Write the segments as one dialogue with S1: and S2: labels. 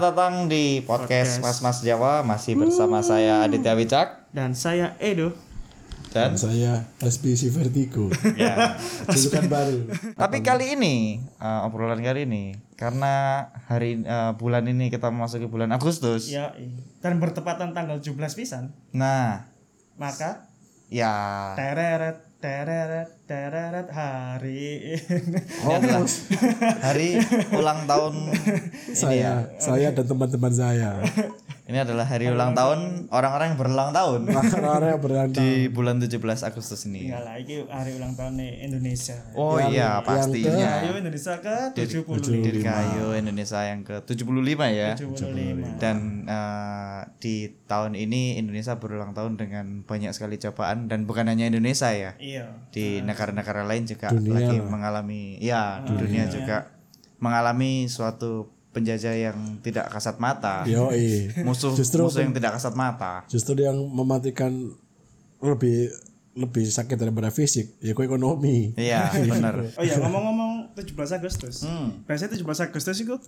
S1: datang di podcast Mas
S2: Podcast.
S1: Mas Jawa masih bersama saya Aditya Wicak
S2: Dan saya Edo.
S1: dan
S3: Kan Saya SBC Vertigo.
S1: ya.
S3: Julukan baru.
S2: ya.
S1: Tapi kali ini eh, obrolan kali ini karena hari eh, bulan ini kita memasuki bulan Agustus.
S2: Ya, dan bertepatan tanggal 17 pisan.
S1: Nah,
S2: Maka
S1: ya
S2: tereret tereret tereret hari ini.
S1: adalah hari ulang tahun ini ya.
S3: saya, saya dan teman-teman saya.
S1: Ini adalah hari ulang tahun orang-orang yang berulang tahun
S3: Orang-orang yang berantau.
S1: di bulan 17 Agustus ini.
S2: Enggak lah, ini hari ulang tahun nih Indonesia.
S1: Oh iya, pastinya.
S2: Ayo Indonesia ke 75.
S1: Dirgahayu Indonesia yang ke-75 ya.
S2: 75.
S1: Dan eh, di tahun ini Indonesia berulang tahun dengan banyak sekali cobaan dan bukan hanya Indonesia ya.
S2: Iya.
S1: Di negara-negara lain juga lagi mengalami ya, di dunia juga mengalami suatu penjajah yang tidak kasat mata.
S3: Yoi.
S1: Musuh
S3: Iya. Justru-
S1: musuh yang tidak kasat mata.
S3: Justru yang mematikan lebih lebih sakit daripada fisik, ya kok ekonomi.
S1: Iya, benar.
S2: Oh iya, ngomong-ngomong 17 Agustus. Biasanya 17 Agustus itu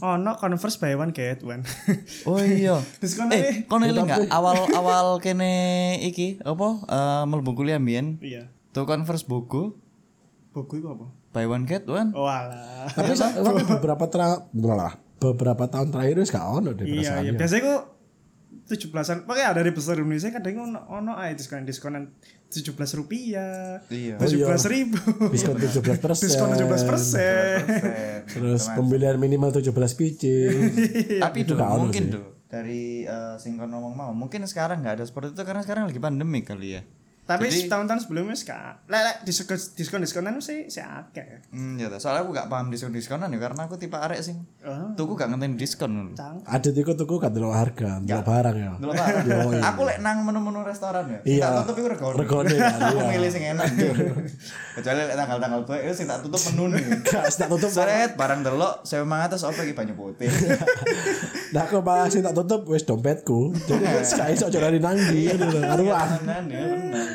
S2: oh no converse buy one get one.
S1: Oh iya.
S2: Diskon
S1: Eh,
S2: eh.
S1: kon eling nggak awal-awal kene iki apa Eh, mlebu kuliah mbiyen
S2: Iya.
S1: tuh Converse Bogo
S2: Buku itu apa?
S1: buy one get one.
S2: Oh alah.
S3: Tapi, sa-
S2: Iya.
S3: tapi beberapa tra- blah, beberapa tahun terakhir wis gak ono deh
S2: Iya,
S3: perasaan.
S2: iya. Biasanya kok 17-an, makanya ada di besar Indonesia kadang ono ono ae diskonan-diskonan 17 rupiah.
S1: Iya.
S2: 17 ribu.
S3: Oh, Diskon 17
S2: Diskon 17 persen.
S3: Terus pembelian minimal 17 picing.
S1: Tapi do, mungkin do dari eh, sing kon ngomong mau mungkin sekarang nggak ada seperti itu karena sekarang lagi pandemi kali ya.
S2: Tapi tahun-tahun sebelumnya wis kak. Lek lek diskon diskon-diskonan sih sih akeh.
S1: Hmm, ya toh. soalnya aku gak paham diskon-diskonan ya karena aku tipe arek sing
S2: Oh.
S1: tuku gak ngenteni diskon lho.
S2: Cang.
S3: Ada tiku tuku kan delok harga, delok barang ya.
S1: Delok apa? Aku lek nang menu-menu restoran ya. sing
S3: Iya.
S1: tak tutup iku regone.
S3: Regone, kan,
S1: Aku
S3: iya.
S1: milih sing enak. Kecuali lek tanggal-tanggal tuh sing tak tutup menu nih.
S3: Gak tak tutup.
S1: Seret barang delok 1500 opo iki banyu putih.
S3: Nah aku malah sih tak tutup wis dompetku. Jadi wis gak iso jorani nanggi gitu loh. Karuan,
S1: Tenan ya.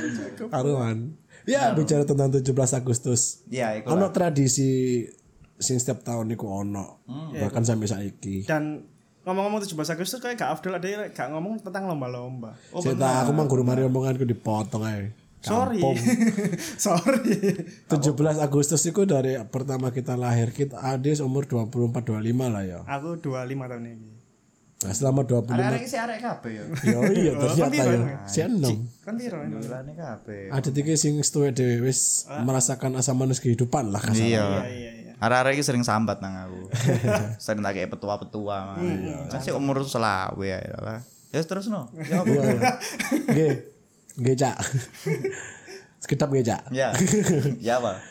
S1: bener.
S3: karuan. Ya bicara tentang 17 Agustus.
S1: Ya iku. lah.
S3: Ono tradisi sing setiap tahun niku ono. Bahkan sampai saiki.
S2: Dan ngomong-ngomong 17 Agustus kayak gak afdol ada yang lek gak ngomong tentang lomba-lomba.
S3: Cerita aku mang guru mari omonganku dipotong ae.
S2: Sorry. Sorry.
S3: 17 Agustus itu dari pertama kita lahir kita adis umur 24 25 lah ya.
S2: Aku 25 tahun ini.
S3: Nah, selama 25
S1: Arek-arek iki arek kabeh ya.
S3: Yo iya ternyata ya. Seneng.
S2: Kan piro?
S3: Iya.
S1: Mulane kabeh.
S3: Ada tiga sing setuwe dhewe wis merasakan asam manis kehidupan lah kasar.
S1: Iya.
S2: Iya, iya.
S1: Arek-arek iki sering sambat nang aku. sering tak kei petua-petua. Masih umur selawe ya lah. Ya terus no. Ya apa?
S3: Nggih. Nggih, Cak. Sekedap nggih, Cak.
S1: Ya. Ya apa?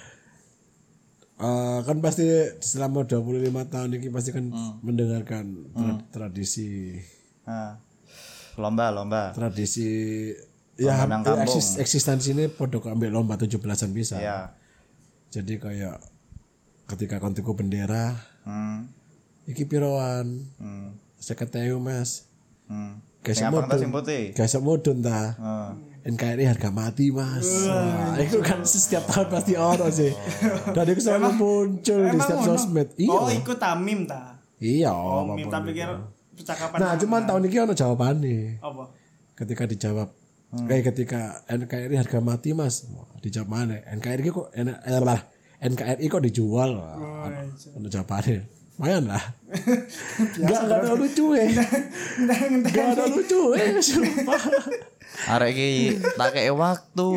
S3: Eh, kan pasti selama 25 tahun ini pasti kan
S1: Hmm.
S3: mendengarkan tra- tradisi
S1: Ah. Lomba, lomba.
S3: tradisi ya
S1: Lanang
S3: hampir
S1: kampung.
S3: eksis, eksistensi ini podo ambil lomba 17-an bisa.
S1: Ya.
S3: Jadi kayak ketika kontiku bendera,
S1: Hmm.
S3: iki piroan.
S1: Hmm.
S3: Seketewu, Mas.
S1: Hmm.
S3: Guys,
S1: Sing abang ta sing Hmm.
S3: mudun.
S1: putih.
S3: Guys, mudun ta.
S1: Heeh.
S3: NKRI "Eh, harga mati mas Wah, itu kan setiap tahun pasti orang sih dan itu selalu muncul di setiap
S2: ono?
S3: sosmed
S2: Oh,
S3: iya
S2: ikut tamim ta.
S3: iya
S2: Oh, mim
S3: apapun
S2: tak
S3: itu.
S2: pikir percakapan.
S3: nah cuman tahun ini ada jawabannya
S2: apa?
S3: ketika dijawab kayak ketika NKRI harga mati mas Wah, dijawab mana NKRI kok N- eh, lah, NKRI kok dijual Wah, ada- ada jawabannya lumayan lah Gak, gak ada lucu ya Gak ada lucu ya Sumpah
S1: Arek iki tak kei waktu,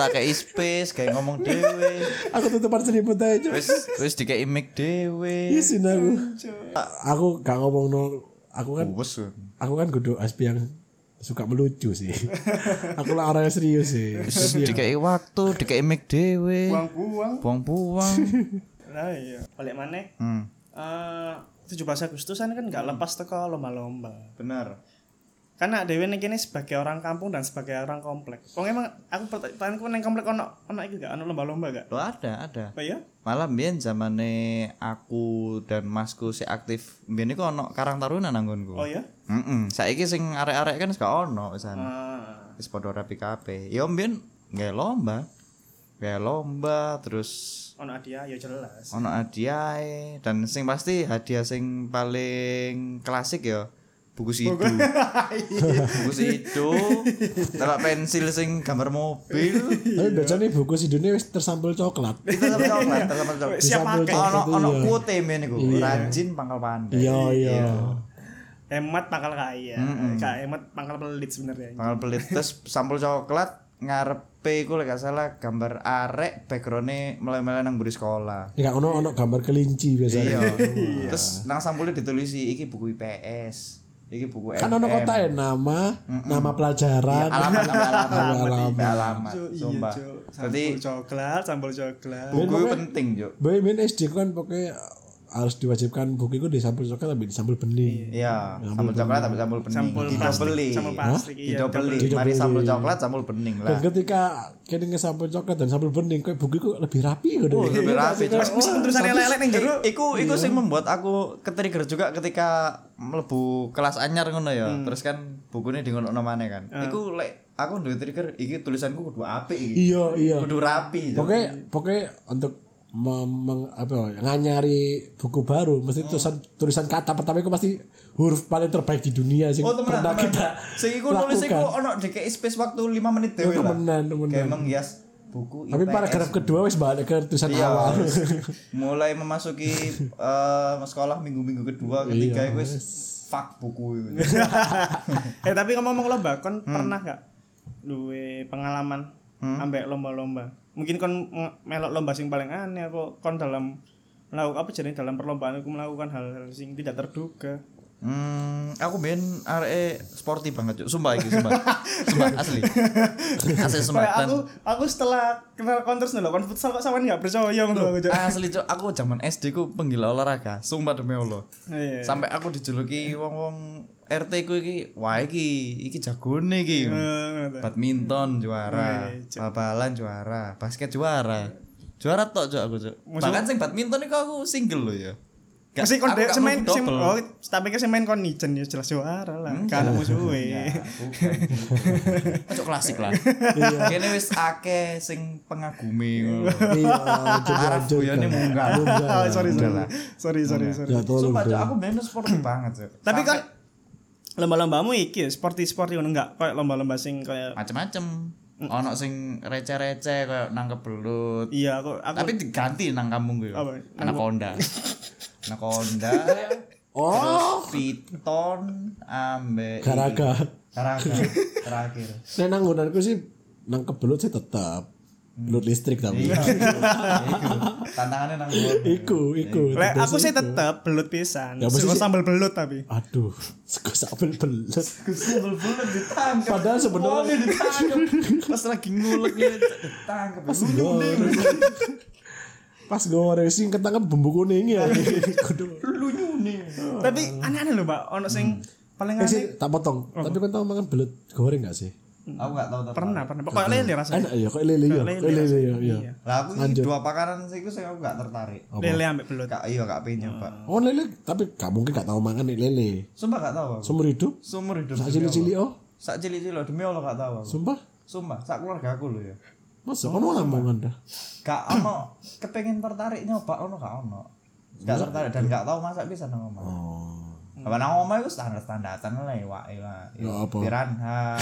S1: tak kei space, kayak ngomong dhewe.
S3: Aku tutupan selimut aja
S1: Wis wis dikei mic dhewe.
S3: Isin Iya nah, aku.
S1: Iya,
S3: Aku gak ngomong no, aku kan
S1: Wes.
S3: aku kan kudu aspi yang suka melucu sih. aku lah orang yang serius sih.
S1: Wis dikei waktu, dikei mic dhewe.
S2: Buang-buang.
S1: Buang-buang.
S2: Nah, iya. Balik mana?
S1: Hmm.
S2: Eh, 17 Agustusan kan gak lepas teko lomba-lomba.
S1: Benar.
S2: Karena dewe ning kene sebagai orang kampung dan sebagai orang komplek. Wong emang aku pertanyaanku ning komplek ono ono iku gak ono lomba-lomba gak?
S1: Lo ada, ada.
S2: Apa ya?
S1: Malah mbiyen zamane aku dan masku sik aktif. Mbiyen iku ono Karang Taruna nanggonku.
S2: Oh ya?
S1: Heeh. Saiki sing arek-arek kan wis gak ono wisan.
S2: Ah.
S1: Wis padha rapi kabeh. Ya mbiyen nggak lomba. kayak lomba terus
S2: ono hadiah ya jelas
S1: ono hadiah e. dan sing pasti hadiah sing paling klasik ya buku sidu buku sidu telak pensil sing gambar mobil
S3: Tapi biasanya buku sidone wis tersampul coklat.
S1: itu sama coklat itu sama coklat
S2: siap
S3: Tersampul
S2: pakai
S1: ono ono
S3: iya.
S1: kuote men iku rajin pangkal pandai
S3: Iya, iya.
S2: hemat pangkal kaya Kak, hemat pangkal pelit sebenarnya
S1: pangkal pelit terus sampul coklat ngarepe iku lek gak salah gambar arek backgroundnya meleleh-meleleh nang mburi sekolah
S3: Enggak ono ono gambar kelinci biasanya.
S1: iya terus nang sampulnya ditulisi iki buku IPS iki buku
S3: Kan ono
S1: MM.
S3: kota nama, nama pelajaran.
S1: alamat sama alamat
S3: Alamat. iya,
S1: alamat alamat
S2: Cuk,
S1: sumpah
S2: Cuk.
S1: jadi
S2: Sambal coklat sambal coklat
S1: buku itu penting jo
S3: Bayi main SD kan pokoknya harus diwajibkan buku itu disampul coklat tapi disampul benih.
S1: iya sambal coklat tapi sambal bening
S2: Sambal
S1: didobeli
S2: sambal plastik iya
S1: didobeli mari sambal coklat sambal bening
S3: Dan
S1: lah
S3: ketika kini ngesampul coklat dan sampul bening, kayak buku itu lebih rapi gitu.
S1: Oh, lebih rapi Cuk.
S2: Wis terusan elek-elek ning jero
S1: Iku iku sing membuat aku ketrigger juga ketika mlebu kelas anyar ngono ya. Terus kan bukunya di ngono maneh kan. Iku lek aku duwe trigger iki tulisanku kudu apik iki.
S3: Iya iya.
S1: Kudu rapi. Cuk.
S3: Pokoknya pokoknya untuk mem- meng- apa ya, nganyari buku baru
S1: Oh.
S3: mesti tulisan tulisan kata pertama itu pasti huruf paling terbaik di dunia sih.
S1: Oh temenan
S3: pernah
S1: temenan.
S3: kita
S1: Sing iku nulis iku
S3: lakukan.
S1: ono DKI space waktu 5 menit dhewe lah.
S3: temenan temenan.
S1: Kayak menghias buku E.
S3: Tapi
S1: IPS.
S3: paragraf kedua wis balik ke tulisan
S1: Iya,
S3: awal.
S1: wis. mulai memasuki eh, sekolah minggu-minggu kedua
S3: Iya,
S1: ketiga itu wis fuck buku itu.
S2: eh tapi ngomong-ngomong lomba kon
S1: Hmm.
S2: pernah gak duwe pengalaman ambek lomba-lomba mungkin kon nge- melok lomba sing paling aneh apa kon dalam melakukan apa jadi dalam perlombaan aku melakukan hal-hal sing tidak terduga
S1: Hmm, aku ben RE sporty banget cuk. Sumpah iki sumpah. Sumpah asli. Asli sumpah
S2: Kayak
S1: dan
S2: aku aku setelah kenal konters nih kon futsal kok sampean gak percaya ngono aku Cuk.
S1: asli cuk aku zaman SD ku penggila olahraga. Sumpah demi Allah.
S2: Iya.
S1: Sampai aku dijuluki wong-wong RT ku iki, wah iki iki jagone iki.
S2: Eh,
S1: badminton juara,
S2: Iya,
S1: bal-balan juara, basket juara. Juara tok cok aku cok. Bahkan sing badminton iku aku single loh ya. Gak-
S2: Masih kon
S1: aku
S2: dewek
S1: gak
S2: semen
S1: mlebu
S2: sem
S1: double. Hmm,
S2: oh tapi kan semen kon nijen ya jelas juara lah kan musuhe.
S1: Cok klasik lah. Kene wis akeh sing pengagumi ngono.
S3: Iya,
S1: Arah guyone munggah.
S2: Ah, sorry sorry.
S1: Udah lah.
S2: Sorry sorry sorry.
S3: Ya tolong.
S1: Sumpah cok aku bener sporty banget cok.
S2: Tapi kan lomba-lombamu iki ya, sporty-sporty ngono enggak kayak lomba-lomba sing kayak
S1: macem-macem. Ono sing receh-receh kayak nangkep belut.
S2: iya aku aku
S1: Tapi diganti nang kampung gue.
S2: Apa?
S1: Anaconda. Anaconda.
S3: Oh,
S1: Terus piton ambe
S3: garaga.
S1: Garaga terakhir.
S3: Nah, nang nggonanku sih nang kebelut sih tetap belut listrik
S1: Hmm.
S3: tapi.
S1: Iya. iku. Tantangannya nang gue.
S3: Iku, iku.
S2: Lek,
S3: tetep
S2: aku
S3: sih.
S2: sih tetep belut pisan.
S3: Ya, mesti
S2: Suka
S3: sih-
S2: sambal belut tapi.
S3: Aduh, sego sambel belut.
S1: Sebelum ditangkap.
S3: Padahal sebenarnya-
S1: Wah, dia ditangkap. Pas lagi ngulek ya ditangkap. Lunyu nih.
S3: Pas goreng sing ketangkep bumbu kuning ya. Kudu.
S1: Lunyu nih.
S2: Tapi aneh-aneh loh, Mbak. Ono sing paling
S3: Eh
S2: aneh
S3: sih, tak potong. Tapi kan tau makan belut goreng gak sih?
S1: Aku gak tahu tapi.
S2: pernah pernah. Pokoknya lele rasanya.
S3: Enak ya, kok lele ya.
S2: Lele
S3: Kok lele ya, iya.
S2: Iya.
S1: Lah aku ini dua pakaran sih aku sing aku gak tertarik.
S2: Lele ambek belut.
S1: Kak iya gak pengen nyoba.
S3: Oh lele, tapi gak mungkin gak tau makan nih lele.
S1: Sumpah gak tahu aku.
S3: Seumur hidup,
S1: Seumur hidup demi
S3: sak
S1: Allah.
S3: cili-cili oh.
S1: Sak cilik-cilik loh, demi Allah gak tahu aku.
S3: Sumpah,
S1: Sumpah, sak keluarga aku loh ya.
S3: masa kamu lamongan dah.
S1: gak ono kepengen tertarik nyoba ono gak ono gak tertarik dan gak tahu masak bisa nang omah
S3: Oh.
S1: Mm. apa nang omah itu standar standaran lah ya wak ya
S3: Ya, apa?
S1: piranha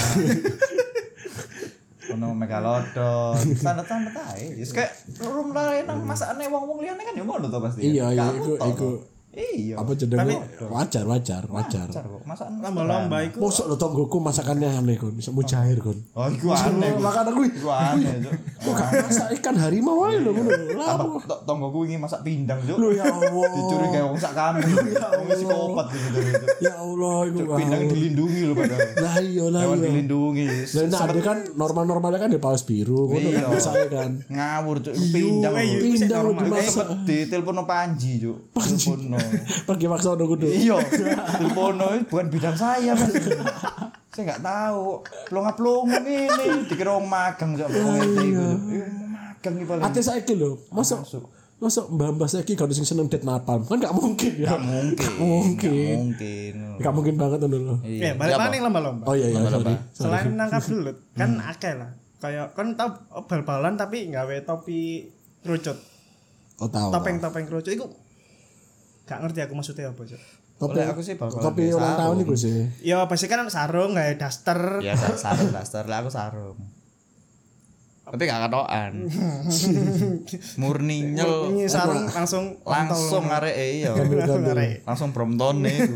S1: ono megalodon standar standar ae wis kayak rum lare nang masakane wong-wong liyane kan ya ngono to pasti
S3: Mm. Iya, iya,
S1: Gak
S3: iku-
S1: butuh,
S3: iku.
S1: toh. iya
S3: Apa jenenge? Wajar, wajar, wajar.
S1: Jar, kok masakan
S2: Lomba-lomba iku
S3: Mosok lo tonggoku masakannya aneh kon, bisa mujair kon.
S1: oh iku aneh iku.
S3: Makan aku,
S1: iku aneh Cuk.
S3: kok gak masak ikan harimau aja lo ngono.
S1: Tambah
S3: Lama.
S1: to- tonggoku ingin masak pindang cuk
S3: Loh, ya Allah.
S1: dicurigai wong sak kami wong psikopat gitu gitu
S3: Ya Allah, iku.
S1: Cuk, Pindang dilindungi loh padahal.
S3: Lah iya, lah
S1: Hewan
S3: iya.
S1: dilindungi.
S3: Lah nah, ada kan normal-normalnya kan di paus biru, ngono
S1: Iya.
S3: kan biasanya kan.
S1: Ngawur cuk pindang.
S2: eh,
S1: lho.
S2: Itu sih
S3: Pindah lo
S2: normal.
S1: Kayak
S3: dimasak.
S1: di telepono Panji cuk. Telepono.
S3: Pergi maksa ono kudu.
S1: Eh, Iya, telepono itu bukan bidang saya Mas. saya nggak tahu. Plonga-plongo ngene dikira wong magang cuk. Wong ngerti iku, Cuk. Iya, wong magang iki paling.
S3: Ate saiki lho, mosok mosok mbah-mbah saiki gak ada sing seneng dead napalm. Kan gak mungkin ya.
S1: Nggak mungkin.
S3: Gak
S1: Nggak mungkin. Iya, Ya,
S3: mungkin. Gak mungkin banget ono lho.
S2: Ya, balik mana yang lomba-lomba?
S3: Oh iya iya, sorry. Hmm.
S2: Selain menangkap belut, kan akeh lah. kayak kan tau bal-balan tapi nggawe topi kerucut
S3: Oh tahu. tahu.
S2: topeng-topeng kerucut itu gak ngerti aku maksudnya apa Cuk.
S3: Topi
S1: Oleh aku sih bal-balan
S3: topi
S1: biasa.
S3: ulang tahun itu sih.
S2: ya pasti kan sarung kayak daster
S1: ya sa- sarung daster lah aku sarung tapi gak katokan murni nyel
S2: ini sarung langsung
S1: langsung
S2: kontol.
S1: arek e iya
S3: Gandul-gandul.
S2: Ngarek.
S1: langsung Brompton eh, iku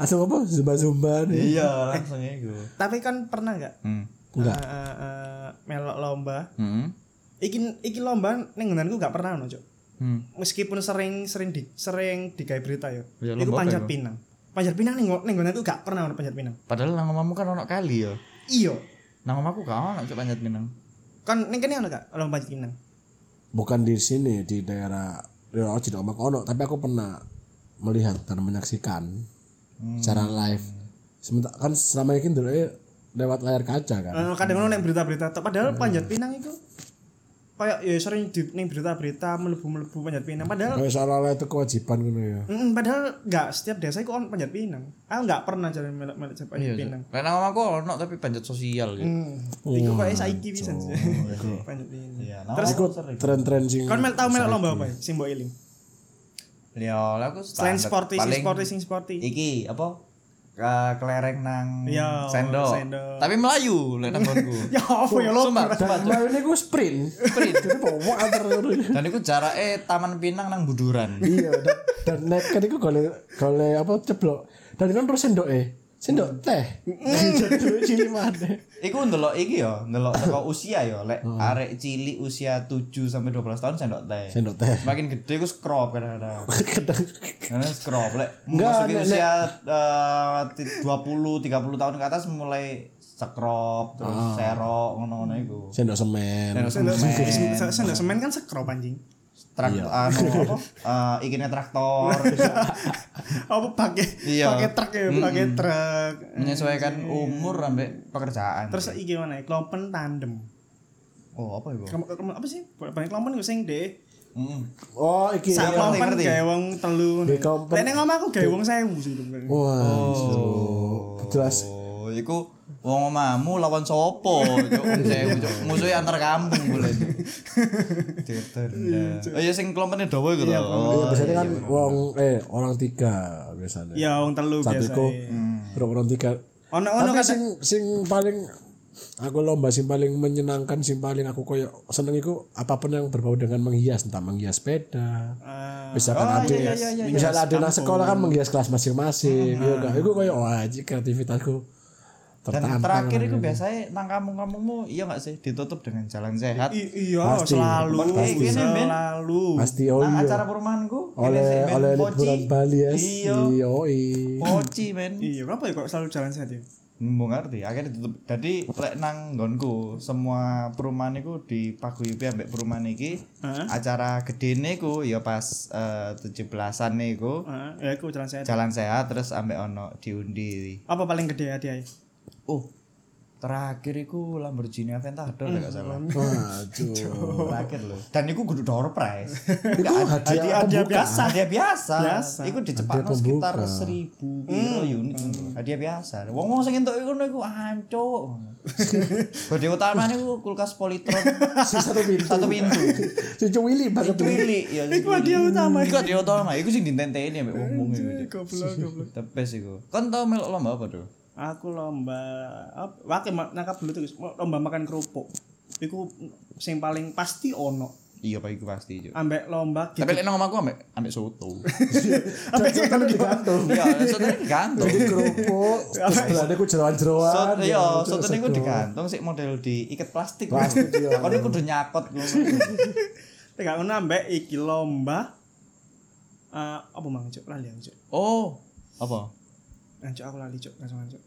S3: Asal apa? Zumba-zumba nih.
S1: iya langsung iku
S2: tapi kan pernah nggak
S1: hmm.
S3: Enggak.
S2: eh, eh, eh, melok lomba
S1: Hmm.
S2: iki iki lomba ning nggonanku gak pernah ono Cuk.
S1: Hmm.
S2: meskipun sering sering di sering digawe berita ya
S1: Ya,
S2: iku
S1: lomba apa
S2: panjat
S1: iku?
S2: pinang panjat pinang ning ning nggonanku gak pernah ono panjat pinang
S1: padahal nang omamu kan ono kali ya
S2: iya
S1: nang omaku gak ono cuk panjat pinang
S2: kan ning kene ono gak lomba panjat pinang
S3: Bukan di sini di daerah ya aku tidak omak ono, tapi aku pernah melihat dan menyaksikan secara live. Sementara kan selama ini dulu lewat layar kaca kan.
S2: Eh, kadang ono ning berita-berita tok
S1: Hmm.
S2: padahal panjat pinang itu kayak ya sering di ning berita-berita melebu-melebu panjat pinang padahal
S3: Kayak seolah-olah itu kewajiban gitu ya.
S2: mm, padahal gak setiap desa iku ono panjat pinang aku gak pernah jalan melok-melok panjat
S1: Iya, Cuk.
S2: pinang
S1: Lah, nang omaku ono tapi panjat sosial gitu
S2: Hmm, iku kayak saiki bisa sih. Panjat pinang.
S1: Iya, nah,
S2: Terus Kan
S3: Ikut tren-tren sing
S2: kon mel tau melok lomba apa ya? Sing mbok eling.
S1: ya lah aku
S2: Selain
S1: standar.
S2: sporty, sing
S1: Paling Iya.
S2: sporty, sing sporty.
S1: iki apa ke kelereng nang
S2: Iya,
S1: sendok.
S2: sendok.
S1: tapi Melayu lek nang nggonku.
S2: Ya apa ya lomba?
S1: Sumpah, sumpah, Cuk.
S3: Malah ini gue sprint, sprint. Jadi bawa antar
S1: dan itu jaraknya Taman Pinang nang Buduran
S3: Iya, dan, dan naik kan itu gole gole apa ceblok. Dan kan terus sendok eh, sendok teh. Jadi dulu cili mana?
S1: Iku ndelok iki ya, ndelok teko usia ya, lek
S2: Hmm.
S1: arek cilik usia 7 sampai 12 tahun sendok teh.
S3: Sendok teh.
S1: Semakin gede iku scrub kadang-kadang.
S3: Kadang-
S1: Karena scrub lek
S3: Enggak,
S1: masukin
S3: nek-
S1: usia eh, ti- 20 30 tahun ke atas mulai scrub terus serok ngono-ngono iku.
S3: Sendok semen.
S1: Sendok
S2: Sendok
S1: semen.
S2: semen. Sendok semen kan sekro anjing.
S1: Traktor anu apa? Eh, ikine traktor.
S2: Apa pakai
S1: Iya.
S2: pakai truk ya, pakai truk.
S1: menyesuaikan umur sampai pekerjaan.
S2: Terus iki mana? ya? Klompen tandem.
S1: oh apa iku? Hmm.
S2: Kamu kamu- apa sih? Banyak klompen gue sing deh.
S1: Heeh.
S3: Oh, iki.
S2: Sak klompen
S1: ngerti.
S2: gawe wong telu.
S3: Di klompen.
S2: Nek ngomong aku gawe wong 1000 sih. sebenarnya.
S3: Wah, jelas.
S1: Oh, iku wong omamu lawan sopo, Cuk? Sewu, Cuk. Musuhe antar kampung boleh. Cuk. Ditendang. Oh, ya sing klompene dawa iku to.
S3: Iya,
S1: Oh,
S3: biasanya kan wong eh orang tiga
S1: Iya,
S3: biasanya.
S2: Ya wong telu
S3: Satu
S2: biasa.
S3: iku orang tiga.
S2: Ono
S1: Oh,
S2: ono
S3: Tapi
S2: kan
S3: sing sing paling aku lomba sing paling menyenangkan sing paling aku koyo seneng iku apapun yang berbau dengan menghias entah menghias sepeda
S2: Ah,
S1: Ah.
S3: misalkan
S1: Oh,
S3: ada
S1: iya,
S3: misalnya ada anak sekolah kan menghias kelas masing-masing ya kan itu koyo wah anjing, kreativitasku
S1: Ah. Dan
S3: tertantang
S1: terakhir itu biasanya nang kampung-kampungmu iya enggak sih ditutup dengan jalan sehat.
S2: I- iya
S3: Pasti.
S2: selalu
S1: Pasti. Gini, Ben.
S2: selalu.
S3: pasti oh
S1: Nang
S3: iya
S1: Nah, acara perumahanku ini sih,
S3: oleh
S1: men,
S3: oleh
S1: poci.
S3: liburan Bali ya
S1: Iya,
S3: iya oi.
S1: poci men.
S2: Iya, kenapa ya kok selalu jalan sehat ya?
S1: Mau ngerti, akhirnya ditutup. Jadi lek nang nggonku semua perumahan iku dipaguyubi ambek perumahan iki.
S2: Heeh.
S1: Acara gedene iku ya pas tujuh 17-an iku
S2: Heeh, ya aku jalan sehat.
S1: jalan sehat terus ambek ono diundi.
S2: Apa paling gede hadiah?
S1: Oh, terakhir iku Lamborghini Aventador
S2: Hmm,
S1: lek gak salah.
S3: Waduh.
S1: Terakhir lho. Dan iku kudu door prize.
S3: Itu hadiah
S1: hadiah
S3: pembuka.
S1: biasa. Hadiah biasa.
S2: Biasa. Hmm.
S1: Iku dicepatno
S3: Hadiah
S1: sekitar
S3: pembuka.
S1: 1000 kilo unit. Hadiah biasa. Wong-wong sing entuk iku iku ancuk. Gede utama niku kulkas Polytron
S3: Si satu pintu.
S1: satu pintu.
S3: Cucu Willy banget.
S1: Twili ya.
S2: Iku hadiah utama.
S1: Iku hadiah utama. Iku sing ditenteni ambek wong-wong iku.
S2: Goblok, goblok.
S1: Tepes iku. Kon tau melok lomba apa, Dul?
S2: Aku lomba apa? Wake ma- nangkap dulu tuh, lomba makan kerupuk. Iku sing paling pasti ono.
S1: Iya, Pak, iku pasti, Cuk.
S2: Ambek lomba gitu.
S1: Tapi lek nang omahku ambek ambek soto.
S2: Ambek gitu. kalau di
S3: Gantung.
S1: Iya, soto digantung.
S3: Jadi kerupuk. Terus berada ku jeroan-jeroan.
S1: Soto iya,
S3: Ya,
S1: soto niku
S3: sedo.
S1: digantung sik model diikat plastik.
S3: Plastik, iya.
S1: Kon niku kudu nyakot ngono.
S2: Tegak ngono ambek iki lomba eh apa mang cuk lali aku cuk.
S1: Oh, apa?
S2: Ancuk aku lali cuk, langsung ancuk.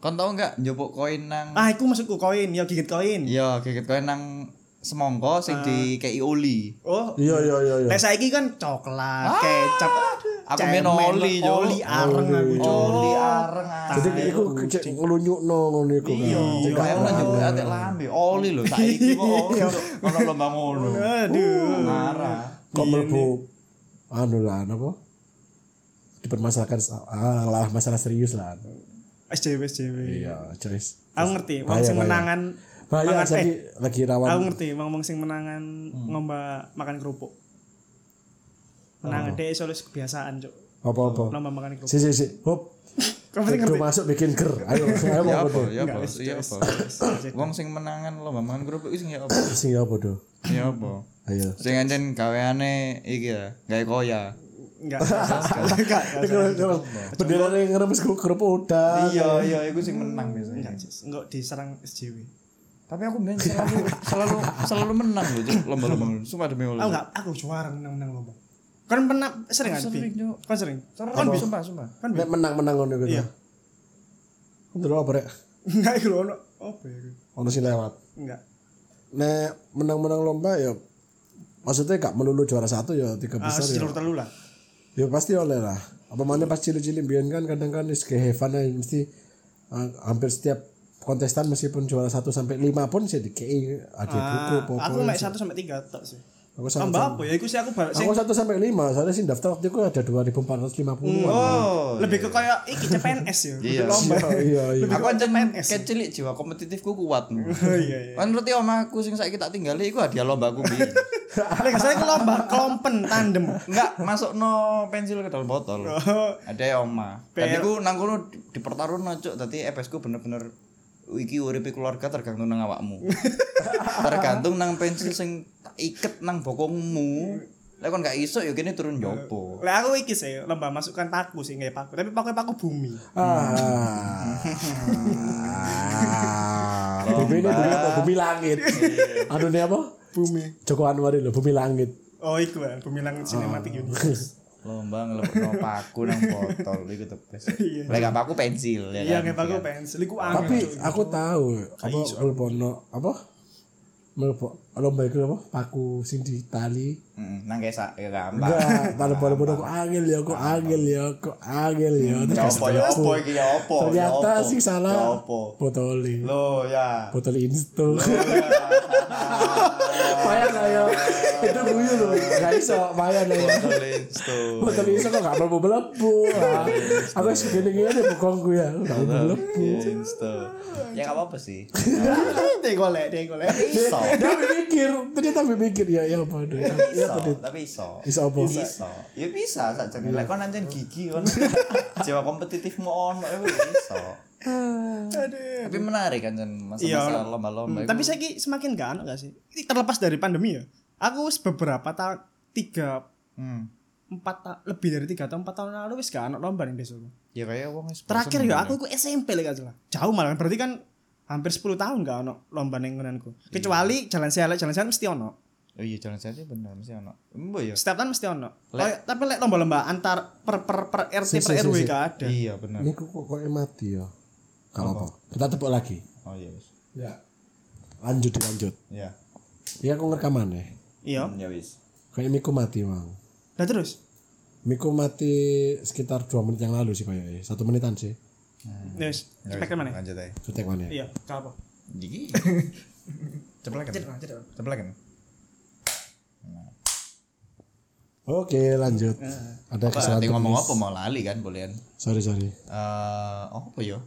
S1: Kon tau enggak njupuk koin nang
S2: Ah, iku maksudku koin, ya gigit koin.
S1: Iya, gigit koin nang semongko sing dikeki oli.
S2: Oh,
S3: Iya, iya, iya. iya.
S2: Tes saiki kan coklat, kecap.
S1: Ah, aku
S2: cemen,
S1: main oli, Cuk. Oh.
S2: Oli areng aku, Cuk.
S1: Oli areng. ah.
S3: Jadi iku kecek ngelunyukno ngono iku kan.
S1: Iya, kaya ngono njupuk ate lambe. Oli lho saiki kok oli, Cuk. ono lomba ngono.
S2: Aduh.
S1: Marah.
S3: Kok mlebu
S1: iya.
S3: anu lah apa? Dipermasalahkan ah, lah, masalah serius lah.
S2: SJW SJW.
S3: Iya, Joyce.
S2: Aku ngerti, wong
S3: Bahaya,
S2: sing
S3: bahaya.
S2: menangan
S3: Bahaya
S2: Makan,
S1: eh.
S3: jadi lagi
S2: Aku
S3: rawan.
S2: ngerti, wong wong sing menangan lomba makan kerupuk. Menang dhek iso wis kebiasaan, Cuk.
S3: Apa-apa.
S2: Lomba makan kerupuk.
S3: Si si si. Hop.
S2: Kamu pasti
S3: Itu
S2: ngerti.
S3: masuk bikin ger. Ayo, ayo
S1: ya
S3: mau
S1: apa
S3: bodoh.
S1: ya apa ya apa wong sing menangan lomba mangan kerupuk sing ya apa
S3: Sing ya bodoh.
S1: ya apa
S3: Ayo.
S1: sing ancen gaweane iki ya gawe koya
S2: Enggak. Enggak.
S3: Bendera yang ngeremes keru- kerupuk udah.
S1: iya iya iku sing menang biasanya
S2: Enggak, Cis. Enggak diserang SJW.
S1: tapi aku ben selalu selalu selalu menang gitu. loh Cuk, lomba-lomba sumpah demi
S2: Aku
S1: Allah
S2: enggak, aku juara menang-menang lomba. Kan pernah sering kan? Bi?
S1: Sering, Cuk.
S2: Kan sering.
S1: Serem, sumpah sumpah
S3: Nek menang-menang ngono gitu.
S2: Kan Iya.
S3: Ndelok apa rek?
S2: Enggak iku ono. Apa ya? iku?
S3: Ono sing lewat.
S2: Enggak.
S3: Nek menang-menang lomba ya maksudnya gak melulu juara satu ya tiga
S2: Ah,
S3: besar ya.
S2: jalur telu lah.
S3: Ya pasti oleh lah. Apa mana pas cili-cili biyen kan kadang kan is kehevan aja mesti eh, hampir setiap kontestan meskipun juara satu sampai lima pun sih dikei ada buku
S2: Ah,
S3: apa. ya,
S2: aku mek 1 sampai 3 tok sih.
S3: Aku sama
S2: Tambah apa ya? Iku sih aku balik sing
S3: Aku satu sampai lima, soalnya sih daftar waktu itu ada dua ribu empat ratus lima
S2: Hmm,
S3: puluh.
S1: oh
S2: lebih ke kayak iki CPNS ya.
S1: Iya.
S2: Lomba.
S3: Iya iya.
S1: aku ancen kecilik jiwa kompetitifku kuat
S2: Oh, Iya iya.
S1: kan ngerti omahku sing saiki tak tinggali iku hadiah lomba aku biyen
S2: Lek saya ke lomba kelompen tandem.
S1: Enggak, masuk no pensil ke dalam botol.
S2: Oh.
S1: Ada ya oma. Tadi
S2: Per-
S1: ku nang kono di- di pertarungan cuk, dadi EPS ku bener-bener iki uripe keluarga tergantung nang awakmu. tergantung nang pensil sing tak iket nang bokongmu. Lek kon gak iso ya kene turun jopo.
S2: Lek aku iki sih lomba masukkan paku sih nggak paku, tapi pakai paku bumi.
S3: Ah. Bumi ini dulu apa? Bumi langit. Aduh ini apa?
S2: Bumi.
S3: Joko Anwar itu Bumi Langit.
S2: Oh Iya, iku lah, bumi lang sinematik universe.
S1: Lomba ngelebokno paku nang botol iku the best. Lek gak paku pensil ya kan.
S2: Iya nggak paku pensil, iku
S3: Tapi
S2: angin.
S3: aku tahu apa Melbono apa? Melbono lomba itu apa? Paku sing di tali.
S1: Heeh, nang kesak ya gampang.
S3: Enggak, pada pada pada aku angel ya, aku angel ya, aku angel Hmm. ya.
S1: Ya opo ya opo iki ya opo. ya
S3: Ternyata
S1: opo,
S3: sih salah.
S1: Ya opo.
S3: Botoli.
S1: Loh ya.
S3: Botol insto. Bayar lah ya. Itu guyu loh. Gak iso bayar lah ya.
S1: Listo.
S3: Botol insto kok gak mau melebu. ah. Aku segini-gini deh bokongku ya. Gak mau melebu.
S1: Insta. Ya enggak apa-apa sih.
S2: Dek golek, dek golek.
S1: Iso.
S3: Dia mikir, ternyata mikir ya ya apa deh. Ya
S1: Iso,
S3: apa deh.
S1: tapi iso.
S3: Iso apa?
S1: Iso. Ya bisa sakjane. Lek kon anjen gigi kon. Jiwa kompetitifmu ono ya wis iso.
S2: Aduh.
S1: Tapi menarik anjen
S2: Iya. Hmm,
S1: masa-masa lomba-lomba.
S2: Tapi saya ki semakin gak anu gak sih? Ini terlepas dari pandemi ya. Aku wis beberapa tahun tiga
S1: Hmm.
S2: empat ta- lebih dari tiga atau empat tahun lalu wis gak anu lomba ning desaku.
S1: Ya kayak wong wis
S2: Terakhir
S1: bosen
S2: ya
S1: kan,
S2: aku iku SMP lek gak salah. Jauh malah berarti kan hampir 10 tahun gak ono lomba ning ngonanku.
S1: Iya.
S2: Kecuali jalan sialek, jalan sialek mesti ono.
S1: Oh iya jalan saya bener mesti ono. Embo ya.
S2: Setiap tahun mesti ono.
S1: Lek-
S2: Kayak- tapi lek lomba-lomba antar per per per RT
S3: Si, si,
S2: per
S3: si,
S2: RW
S3: si.
S2: gak ada.
S1: Iya bener.
S3: Ini kok kok mati ya. Gak apa. Kita tepuk lagi.
S1: Oh iya wis.
S3: Ya. Lanjut lanjut.
S1: Ya.
S3: Ya aku ngerekam aneh.
S2: Iya.
S1: Ya wis.
S3: Kayak Miku mati mang.
S2: Lah terus
S3: Miku mati sekitar 2 menit yang lalu sih kayaknya. Satu menitan sih.
S2: Yes, speknya mana?
S1: Hmm. Ya, Lanjut ae.
S3: Cetek mana?
S2: Iya, gak apa.
S1: Gigi. Ceplek kan? Ceplek kan?
S3: Oke lanjut. Ada kesalahan.
S1: Nanti
S3: teknis.
S1: ngomong apa mau lali kan bolehan.
S3: Sorry sorry.
S1: Eh, apa ya?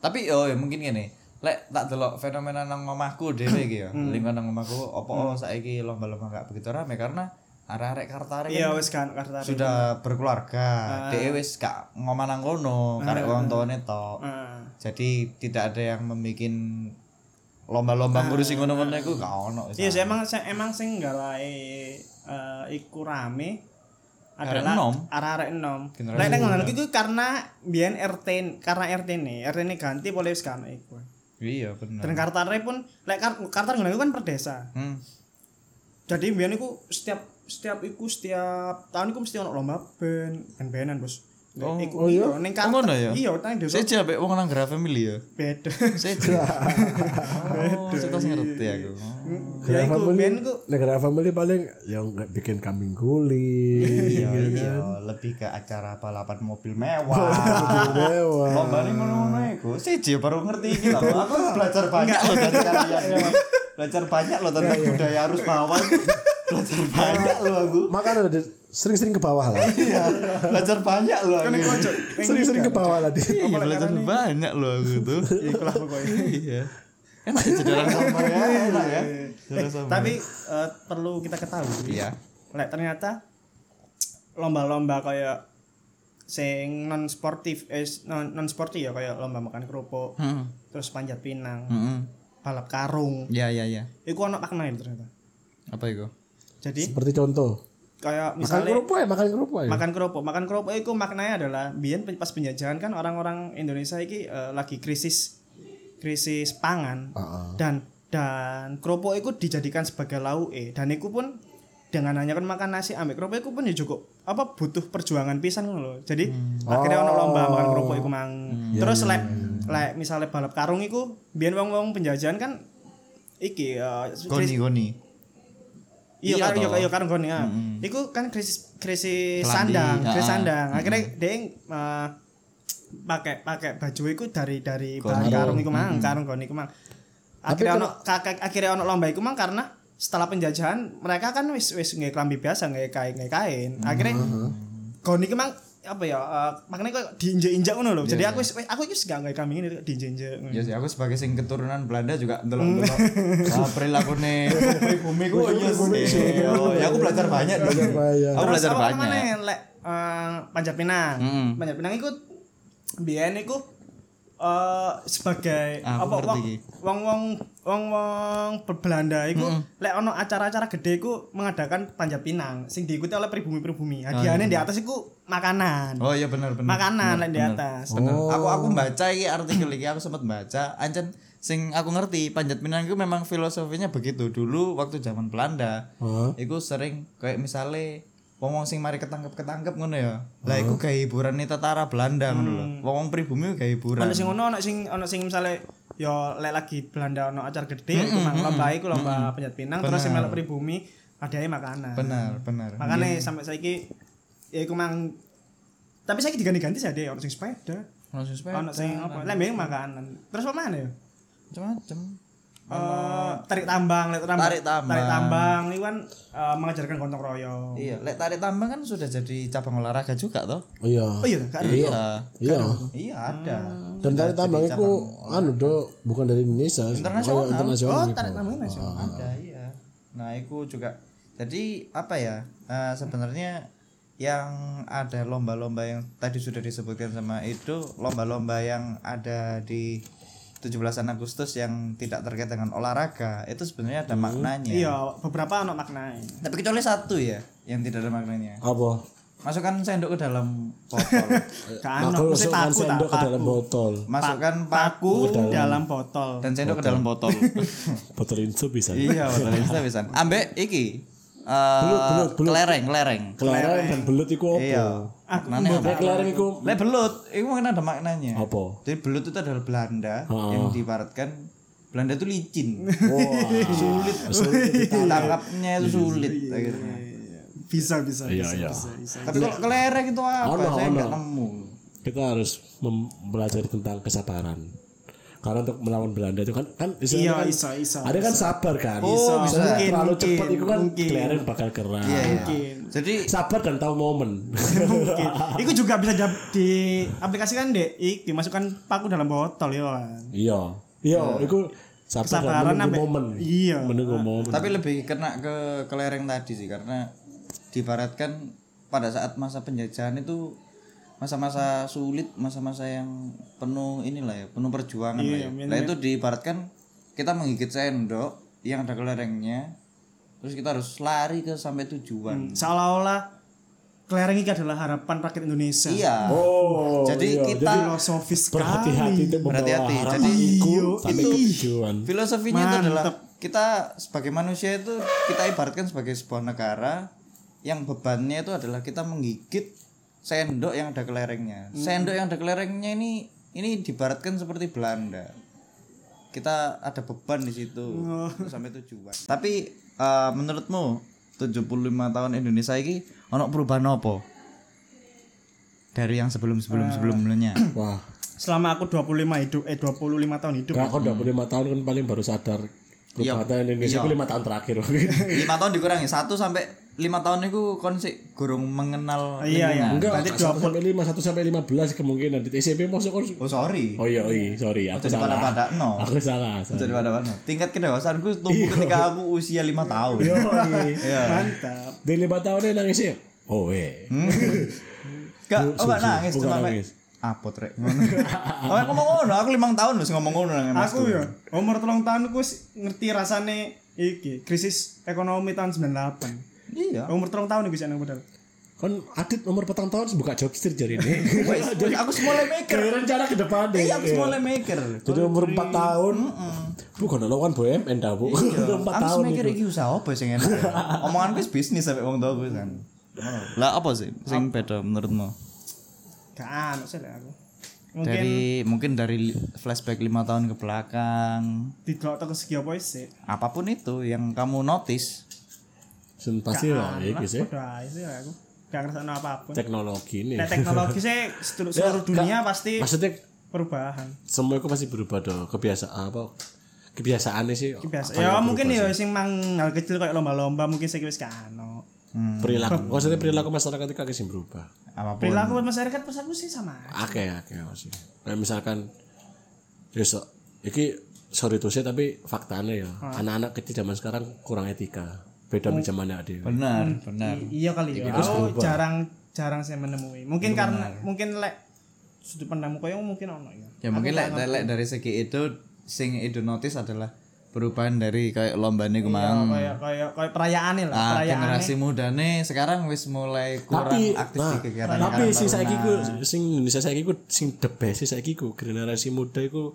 S1: Tapi oh ya mungkin gini. Lek tak delok fenomena nang omahku dhewe iki ya. Lingkungan nang omahku apa oh saiki lomba-lomba gak begitu rame karena arek-arek kartare
S2: Iya
S1: kan
S2: wis kan kartu
S1: sudah berkeluarga. Dhewe wis gak ngomah nang kono, karek wong tuane tok.
S2: Heeh.
S1: Jadi tidak ada yang membikin lomba-lomba ngurusi ngono-ngono iku gak ono.
S2: Iya, sih, emang sih, emang sing galae eh iku rame adalah
S1: enom.
S2: arek-arek enom.
S1: Generasi
S2: Lek nang ngono iku karena biyen RT karena RT ne, RT ne ganti boleh wis kan iku.
S1: Iya bener.
S2: Dan kartare pun lek kar kartar ngono iku kan per desa.
S1: Hmm.
S2: Jadi biyen iku setiap setiap iku setiap tahun iku mesti ono lomba ben ben-benan, Bos. Lek
S1: Oh,
S2: iku iya ning
S1: Oh, ngono ya?
S2: kartar. Iya, nang desa
S1: Seja ambek wong nang Gera Family ya.
S2: beda.
S1: Seja. Oh, saya tas ngerti aku.
S2: Ya
S3: Negara
S1: iya.
S2: iku
S3: family,
S2: biyen iku
S3: negara family paling yang nggak bikin kambing guling,
S1: Iya, iya, lebih ke acara balapan mobil mewah.
S3: mewah.
S1: Lomba ini ngono-ngono iku. Seja baru ngerti iki lho. Aku belajar banyak loh dari kalian. Belajar banyak loh tentang budaya arus bawah. Belajar banyak loh aku.
S3: Makan udah sering-sering ke bawah lah.
S1: Iya. Belajar banyak loh aku.
S3: Sering-sering ke bawah lah dia.
S1: Iya, belajar banyak loh aku tuh.
S2: iku lah pokoknya.
S1: Iya. Enak ya jadi orang sombong ya, enak ya.
S2: Eh, tapi eh, perlu kita ketahui
S1: Iya.
S2: Lek ternyata lomba-lomba kayak sing non sportif eh non, non sportif ya kayak lomba makan kerupuk,
S1: Hmm.
S2: terus panjat pinang,
S1: Mm-mm.
S2: balap karung.
S1: Ya ya ya.
S2: Iku ono maknane ternyata.
S1: Apa itu?
S2: Jadi
S3: Seperti contoh.
S2: kayak
S3: Makan
S2: misalnya
S3: kerupuk ya, makan kerupuk ya.
S2: makan kerupuk, makan kerupuk itu maknanya adalah biyen pe- pas penjajahan kan orang-orang Indonesia iki eh, lagi krisis krisis pangan.
S3: Heeh.
S2: dan dan kerupuk itu dijadikan sebagai lauke dan itu pun dengan hanya kan makan nasi ambek kerupuk itu pun ya cukup apa butuh perjuangan pisan ngono lho. Jadi
S3: Hmm.
S2: akhirnya ono
S3: Oh.
S2: lomba makan kerupuk iku mang.
S3: Iya,
S2: Terus lek lek misale balap karung iku biyen wong-wong penjajahan kan iki uh,
S1: Goni goni. Iya
S2: Iya kan iya
S1: toh.
S2: iya kan kon ya. Iku kan krisis krisis
S1: Kelambi,
S2: sandang,
S1: ah.
S2: krisis sandang. Akhirnya dia eh, pakai pakai baju iku dari dari bahan karung iku mang, karung kon iku mang. Akhirnya ono kakak akhirnya ono lomba iku mang karena setelah penjajahan mereka kan wis wis nggak kelambi biasa nggak kain nggak kain.
S1: Mm-hmm.
S2: Akhirnya kon iku mang apa ya eh, makanya kok diinjek-injek ngono lho.
S1: Iya,
S2: Jadi aku wis aku iki wis nggak nggak kambing ini diinjek-injek. ngono.
S1: Ya sih, aku sebagai sing keturunan Belanda juga ndelok-ndelok ah, perilakune bumi ku oh, iya sih. Oh, ya aku belajar banyak nih.
S3: banyak.
S1: Aku belajar
S2: apa namanya,
S1: banyak.
S2: lek eh, Panjat Pinang.
S1: Mm.
S2: Panjat Pinang iku biyen iku eh, sebagai
S1: Ah, aku
S2: apa
S1: ngerti
S2: wong
S1: iki.
S2: wong wong wong wong Belanda iku lek ono acara-acara gede iku mengadakan Panjat Pinang sing diikuti oleh pribumi-pribumi. Hadiahnya di atas iku makanan.
S1: iya. Oh iya benar benar.
S2: makanan lek di
S1: bener. Oh,
S2: atas.
S1: Bener. Aku aku baca iki artikel iki aku sempat baca. Ancen sing aku ngerti panjat pinang itu memang filosofinya begitu dulu waktu zaman Belanda.
S3: Heeh.
S1: Iku sering kayak misalnya wong wong sing mari ketangkep ketangkep ngono ya. Lah iku gawe hiburan tentara Belanda ngono lho. Wong wong pribumi gawe hiburan.
S2: Ono sing ono ono sing ono sing misale yo lek lagi Belanda ono acara gede iku mang lomba iku lomba Panjat Pinang terus sing melok pribumi hadiahnya makanan.
S1: Benar benar.
S2: makanya sampai saiki ya iku mang tapi saiki diganti-ganti saja deh orang sing sepeda
S1: Ono sing sepeda,
S2: orang sing apa lah mbeng makanan terus apa mana ya
S1: macam-macam.
S2: Eh, tarik tambang tarik tambang
S1: Tarik tambang.
S2: tarik tambang itu kan eh, mengajarkan gotong royong
S1: Iya, lek tarik tambang kan sudah jadi cabang olahraga juga toh.
S3: Iya.
S2: oh iya kan
S1: Iya.
S3: Iya.
S1: Iya ada.
S2: Hmm.
S3: Dan tadi tambang itu anu do bukan dari Indonesia, internasional. internasional.
S2: oh
S3: gitu.
S2: tarik tambang nasional
S1: Ada iya. Nah, itu juga. Jadi apa ya? eh, sebenarnya yang ada lomba-lomba yang tadi sudah disebutkan sama itu lomba-lomba yang ada di 17 Agustus yang tidak terkait dengan olahraga itu sebenarnya ada maknanya.
S2: iya beberapa ono maknanya
S1: Tapi kecuali satu ya yang tidak ada maknanya.
S3: Apa?
S1: Masukkan sendok ke dalam botol.
S2: kan
S3: Aku
S2: ono mesti
S3: masukkan
S2: paku tak
S3: sendok ke dalam botol.
S1: Masukkan paku
S2: paku dalam botol
S1: dan sendok ke dalam botol.
S3: Botol itu bisa.
S1: iya, botol Insta pisan. Ambek iki eh kelereng, kelereng.
S3: Kelereng dan belut itu apa?
S1: Iya.
S2: Aku
S1: Maknanya apa?
S3: Nek kelereng itu
S1: Lek belut, itu mungkin ada maknanya.
S3: apa?
S1: Jadi belut itu adalah Belanda yang diibaratkan Belanda itu licin.
S3: Oh,
S1: sulit tangkapnya itu sulit akhirnya.
S2: bisa bisa
S3: Iya,
S2: bisa,
S3: iya.
S2: bisa, bisa.
S1: Tapi kalau kelereng itu apa? Saya nggak nemu.
S3: Kita harus mem- belajar tentang kesabaran. Karena untuk melawan Belanda itu kan kan
S2: iya
S3: istilahnya kan-
S2: bisa bisa
S3: ada kan sabar kan.
S2: Oh, bisa.
S3: Misalnya
S2: Mungkin,
S3: terlalu
S2: mungkin,
S3: cepat itu kan
S2: mungkin. Iya,
S3: kelereng bakal keras.
S2: mungkin
S1: Jadi
S3: Sabar dan tahu momen.
S2: mungkin itu juga bisa jab- diaplikasikan deh ik dimasukkan paku dalam botol ya kan
S3: Iya. Iya, itu sabar dan
S2: Kesabaran
S3: menunggu
S2: sampai-
S3: momen.
S2: iya.
S3: Menunggu momen.
S1: tapi lebih kena ke kelereng tadi sih karena dibaratkan pada saat masa penjajahan itu masa-masa sulit masa-masa yang penuh inilah ya penuh perjuangan lah ya. Nah itu diibaratkan kita menggigit sendok yang ada kelerengnya terus kita harus lari ke sampai
S2: Hmm.
S1: tujuan
S2: seolah-olah kelereng ini adalah harapan rakyat Indonesia
S1: iya
S3: Oh,
S1: jadi kita
S2: filosofis sekali
S3: berhati-hati itu membawa
S1: Berhati-hati.
S3: harapan
S1: Jadi,
S3: itu
S2: iyo,
S3: sampai ke tujuan.
S1: filosofinya itu adalah kita sebagai manusia itu kita ibaratkan sebagai sebuah negara yang bebannya itu adalah kita menggigit sendok yang ada kelerengnya. Sendok yang ada kelerengnya ini ini dibaratkan seperti Belanda. Kita ada beban di situ terus sampai tujuan. Tapi eh, menurutmu 75 tahun Indonesia ini ono perubahan apa? Dari yang sebelum-sebelum-sebelumnya.
S3: Wah,
S2: selama aku 25 hidup eh 25 tahun hidup
S3: kak aku udah 25 tahun kan paling baru sadar
S2: Iya.
S3: Kabupaten Indonesia itu lima tahun terakhir.
S1: lima tahun dikurangi satu sampai lima tahun itu kon sik gurung
S3: Oh,
S1: mengenal
S2: iya iya
S3: Enggak,
S2: berarti
S3: satu sampai lima, satu sampai lima belas kemungkinan di TCP masuk kan.
S1: oh sorry
S3: Oh iya, iya, sorry, aku
S1: jadi pada
S3: salah.
S1: pada no
S3: Aku salah. sorry.
S1: jadi pada pada tingkat kedewasaanku tumbuh
S3: Iya.
S1: ketika aku usia lima tahun
S3: Yoi.
S2: mantap
S3: Di lima tahunnya nangis ya. Oh eh.
S1: Hmm? Gak, oh gak nangis
S3: bukan
S1: cuma
S3: nangis.
S1: nangis. Apot rek. Oh ngomong ngono, aku limang tahun lho sing ngomong ngono nang mas.
S2: aku ya umur telung tahun ku si- ngerti rasane iki krisis ekonomi tahun 98
S1: Iya.
S2: umur telung tahun iki anak padahal
S3: Kon Kan adit nomor petang tahun sebuka job street jadi ini.
S1: Wes, wes, aku semula mikir.
S3: Kayak rencana ke depan deh.
S1: Iya, Hmm. aku semula mikir.
S3: Jadi umur 4 tahun.
S1: Hmm.
S3: Bu kan lo kan BUMN
S1: Iya.
S3: dah bu. Empat
S1: Aku
S3: tahun
S1: semula mikir
S3: itu.
S1: iki usaha apa sing enak. ya? Omonganku wis bisnis sampe wong tuaku kan. Lah apa sih sing beda menurutmu?
S2: gak anu sih lah aku mungkin
S1: Dari mungkin dari li- flashback lima tahun ke belakang,
S2: didelok teko segi apa sih
S1: apapun itu yang kamu notice.
S3: Sen- Pasti lah
S2: Anu
S3: iki
S2: lah,
S3: Iya sih. Iya.
S2: padha ae sih lah aku gak ngerasa apapun
S3: Teknologi ini.
S2: Nah, teknologi sih seluruh, seluruh dunia pasti
S3: Maksudnya
S2: perubahan.
S3: semua itu pasti berubah dong. Kebiasaan apa? Kebiasaannya sih.
S2: Biasa. Ya mungkin ya sing mang hal kecil kayak lomba-lomba mungkin saya wis kano.
S3: Perilaku. Maksudnya perilaku masyarakat itu kakek sih berubah.
S1: Apapun.
S2: Perilaku masyarakat pas aku sih sama.
S3: Oke oke sih. Kayak misalkan. Ya so, iki sorry tuh sih tapi faktanya ya. Anak-anak kecil zaman sekarang kurang etika. Beda sama zamannya adik.
S1: Benar, benar.
S2: I- iya kali ya. Aku jarang jarang saya menemui. Mungkin karena mungkin lek sudut pandangmu koyo mungkin ono
S1: Ya
S2: ya.
S1: mungkin lek lek dari segi itu sing itu notice adalah perubahan dari kayak lomba nih kemarin.
S2: Kayak kayak Iya. kayak perayaane lah,
S1: Ah,
S2: perayaan.
S1: generasi muda nih sekarang wis mulai kurang
S3: tapi
S1: aktif
S3: nah,
S1: di kegiatan nah.
S3: tapi
S1: karang
S3: sing
S1: taruna.
S3: saiki ku sing Indonesia saiki ku sing the best sih saiki ku generasi muda iku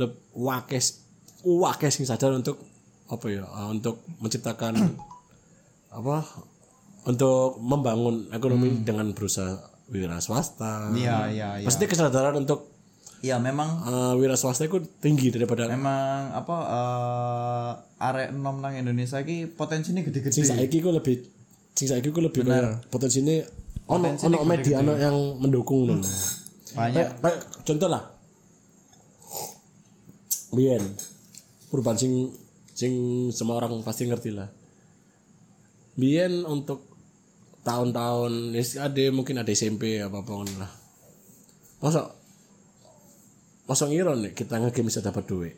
S3: leb wakes wakes sing sadar untuk apa ya uh, untuk menciptakan apa untuk membangun ekonomi dengan berusaha wira swasta
S1: Iya, iya, iya.
S3: pasti kesadaran untuk
S1: Iya, memang
S3: uh, wira swasta itu tinggi daripada
S1: memang apa eh arek enom nang Indonesia ki potensinya
S3: sing
S1: gede-gede.
S3: saiki ku lebih sing saiki ku lebih kayak potensinya ono ono media ono yang mendukung loh
S1: Banyak.
S3: Kayak- kayak contoh lah. Biyen perubahan sing sing semua orang pasti ngerti lah. Biyen untuk tahun-tahun ya ada mungkin ada SMP apa apa ngono lah. Masa masa ngira nih kita nge-game bisa dapat duit.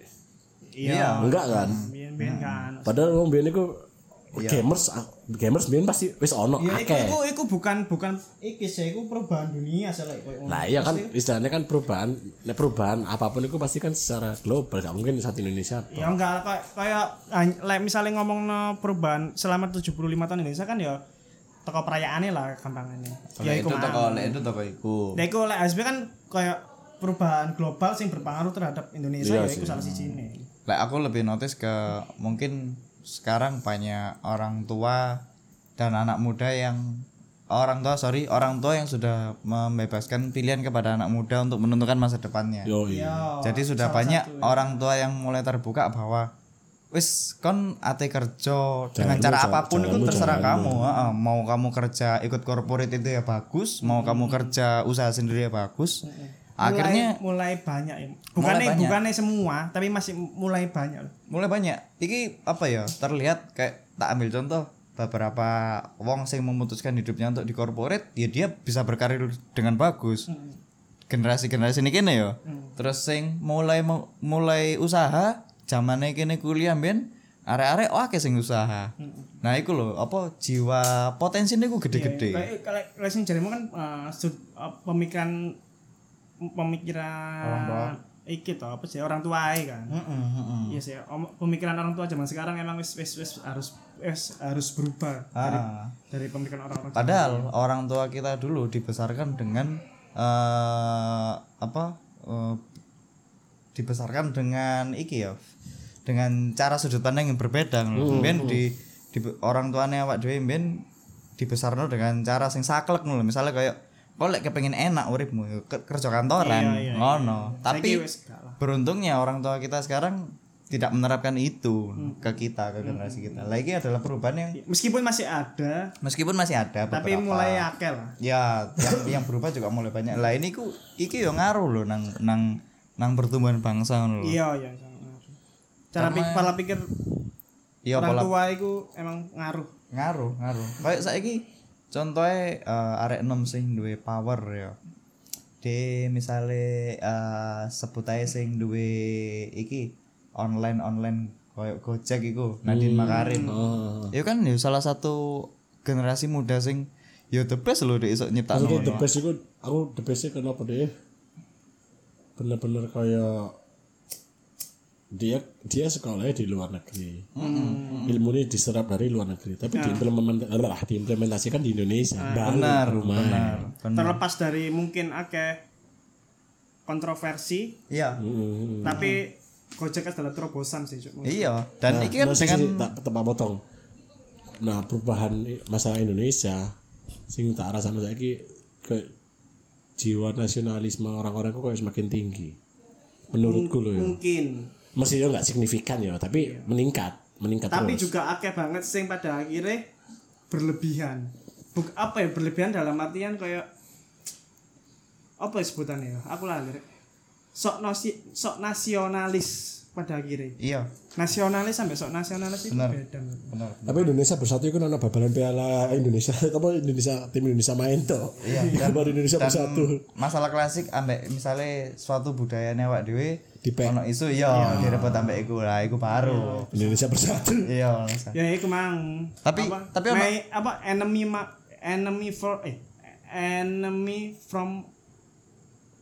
S2: Iya. Hmm.
S3: Enggak kan?
S2: Biyen-biyen kan.
S3: Padahal wong biyen iku
S1: Iya.
S3: gamers ah, gamers biyen pasti wis ono
S2: Ya iku,
S3: akeh.
S2: iku iku bukan bukan iki sih iku perubahan dunia sih lek koyo ngono.
S3: Nah iya kan istilahnya kan perubahan, nah, perubahan apapun itu pasti kan secara global, gak mungkin satu Indonesia.
S2: Ya enggak kayak kayak hany- lek misalnya ngomong perubahan selama 75 tahun Indonesia kan ya teko perayaane lah gampangannya.
S1: Ya
S2: Ya
S1: itu
S2: iku
S1: toko
S2: mau.
S1: lek itu toko iku.
S2: Nah iku lek ASB kan kayak perubahan global sing berpengaruh terhadap Indonesia
S1: Iya
S2: ya iku salah siji ini.
S1: Lek aku lebih notice ke mungkin sekarang banyak orang tua dan anak muda yang orang tua sorry orang tua yang sudah membebaskan pilihan kepada anak muda untuk menentukan masa depannya.
S3: Yo iya.
S2: Ya.
S1: Jadi sudah banyak orang tua yang mulai terbuka bahwa wis kon ate kerja dengan cara apapun itu terserah kamu. Heeh, mau kamu kerja ikut korporat itu ya bagus, mau kamu kerja usaha sendiri ya bagus. Akhirnya
S2: mulai banyak ya. Bukannya
S1: banyak.
S2: bukannya semua, tapi masih mulai banyak loh.
S1: mulai banyak. Iki apa ya? Terlihat kayak tak ambil contoh beberapa wong sing memutuskan hidupnya untuk di korporat, ya dia bisa berkarir dengan bagus. Generasi-generasi ini kene ya. Terus sing mulai mu- mulai usaha, zamane kene kuliah ben arek-arek oh akeh sing usaha. Nah, iku lho, apa jiwa potensi niku gede-gede.
S2: Kayak kayak kayak sing jarimu kan eh, sud- eh, pemikiran pemikiran iki toh apa sih orang tua ae kan.
S1: Heeh, heeh.
S2: Iya sih, om- pemikiran orang tua zaman sekarang emang wis wis wis harus wis harus berubah dari
S1: Ah.
S2: dari pemikiran orang-orang. zaman-
S1: Padahal orang tua kita dulu dibesarkan dengan eh apa? eh, dibesarkan dengan iki ya. Dengan cara sudut pandang yang berbeda
S2: Hmm,
S1: ngono. Mben di, di orang tuane awak dhewe mben dibesarno dengan cara sing saklek ngono. lho. Misalnya kayak kok lek kepengin enak uripmu ya ke- kerja kantoran ngono. Tapi
S2: Iya, Saiki wis gak lah.
S1: beruntungnya orang tua kita sekarang tidak menerapkan itu
S2: Hmm.
S1: ke kita ke generasi kita. Lagi adalah perubahan yang
S2: Meskipun masih ada,
S1: meskipun masih ada
S2: tapi
S1: beberapa.
S2: mulai akeh lah.
S1: ya yang, yang berubah juga mulai banyak lah ini ku Hmm. iki yo ngaruh loh nang nang nang pertumbuhan bangsa ngono lho
S2: Iya, iya. sangat. iya. Cara pik pola pikir
S1: Iya
S2: orang
S1: pola
S2: tua itu emang ngaruh.
S1: ngaruh ngaruh kayak saiki contohnya eh, arek enom sing duwe power ya de misale eh sebut ae sing duwe iki online online koyo Gojek iku Nadine Makarim ya kan ya salah satu generasi muda sing ya the best lho dek iso
S3: Aku
S1: nyiptakno
S3: the best iku aku the best kenapa deh? Bener-bener kaya dia dia sekolahnya di luar negeri. Ilmu ini diserap dari luar negeri, tapi diimplement- lah, diimplementasikan di Indonesia.
S1: Iya. benar
S3: rumah.
S1: benar benar
S2: Terlepas dari mungkin akeh kontroversi,
S1: iya
S2: tapi Gojek adalah terobosan sih, Cuk.
S1: Hmm. iya dan iki kan
S3: Nah, sing-
S1: dengan
S3: sing- tak tak potong. Nah, perubahan i- masalah Indonesia sing tak rasane saiki ke jiwa nasionalisme orang-orang kok kayak semakin tinggi. Menurutku loh ya.
S2: Mungkin.
S3: Masih ya nggak signifikan ya, tapi meningkat, meningkat
S2: tapi
S3: terus.
S2: juga akeh banget sing pada akhirnya berlebihan Buk, apa ya berlebihan dalam artian kayak apa ya sebutannya ya aku lali Rek. sok nasi sok nasionalis pada akhirnya
S1: iya
S2: nasionalis sampai sok nasionalis itu
S1: Benar.
S2: beda Mbak.
S1: benar
S3: Tapi Indonesia bersatu itu nana babalan Piala Indonesia, apa Indonesia tim Indonesia main toh.
S1: Iya,
S3: Baru Indonesia
S1: dan
S3: bersatu.
S1: masalah klasik ambek misalnya suatu budayanya awak dhewe
S3: Dipek.
S1: ono isu
S3: Iya.
S1: ya direbut ambek iku lah iku baru
S3: Indonesia bersatu.
S1: iya
S2: ya itu mang
S1: Tapi-
S2: apa,
S1: tapi ono-
S2: may- apa enemy ma, enemy for eh enemy from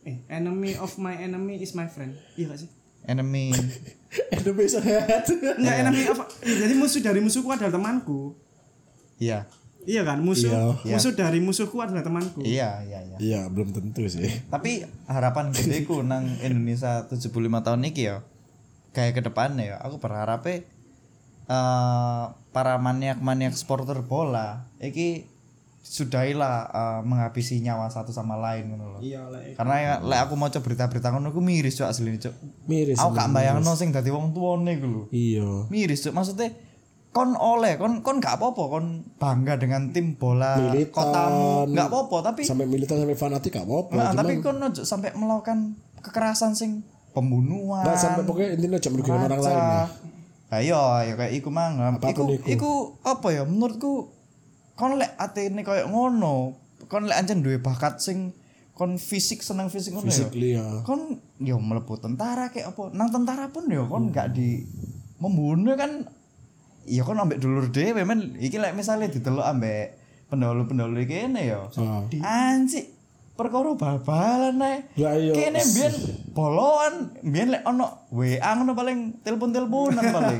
S2: eh enemy of my enemy is my friend iya gak sih
S1: enemy
S3: Indonesia sehat.
S2: Enggak enemy of iya, jadi musuh dari musuhku adalah temanku
S1: iya
S2: Iya kan musuh
S3: Iya.
S2: musuh dari musuhku adalah temanku.
S1: iya iya iya
S3: Iya, belum tentu sih.
S1: tapi harapan gedeku nang Indonesia 75 tahun iki ya kayak ke depannya ya aku berharapnya eh para maniak-maniak supporter bola iki sudahilah eh, menghabisi nyawa satu sama lain ngono loh.
S2: Iya lah.
S1: karena ya lek aku maca berita-berita ngono aku miris cok asline cok
S3: Miris.
S1: aku gak bayangno sing dadi wong tuane iku lho
S3: Iya.
S1: miris cok maksudnya kon oleh kon kon gak apa-apa kon bangga dengan tim bola
S3: Militan.
S1: kotamu gak apa-apa tapi
S3: Sampai militan sampai fanatik gak apa-apa.
S1: nah,
S3: Cuman-
S1: tapi kon ojo sampai melakukan kekerasan sing pembunuhan
S3: Nah, sampai pokoknya intinya jangan merugikan orang lain. ya.
S1: ayo ya kayak iku mang iku,
S3: Apapun iku.
S1: iku apa ya menurutku kon lek atene koyo ngono kon lek anjen duwe bakat sing kon fisik seneng fisik ngono ya
S3: Physically ya.
S1: kon yo mlebu tentara kayak apa nang tentara pun yo kon gak di membunuh kan ya kon ambek dulur dhewe men iki lek misalnya didelok ambek pendahulu-pendahulu iki kene yo
S3: Ah.
S1: anci perkara bal-balan ae
S3: Lah iya.
S1: kene mbiyen boloan mbiyen lek ono WA ngono paling telepon-teleponan paling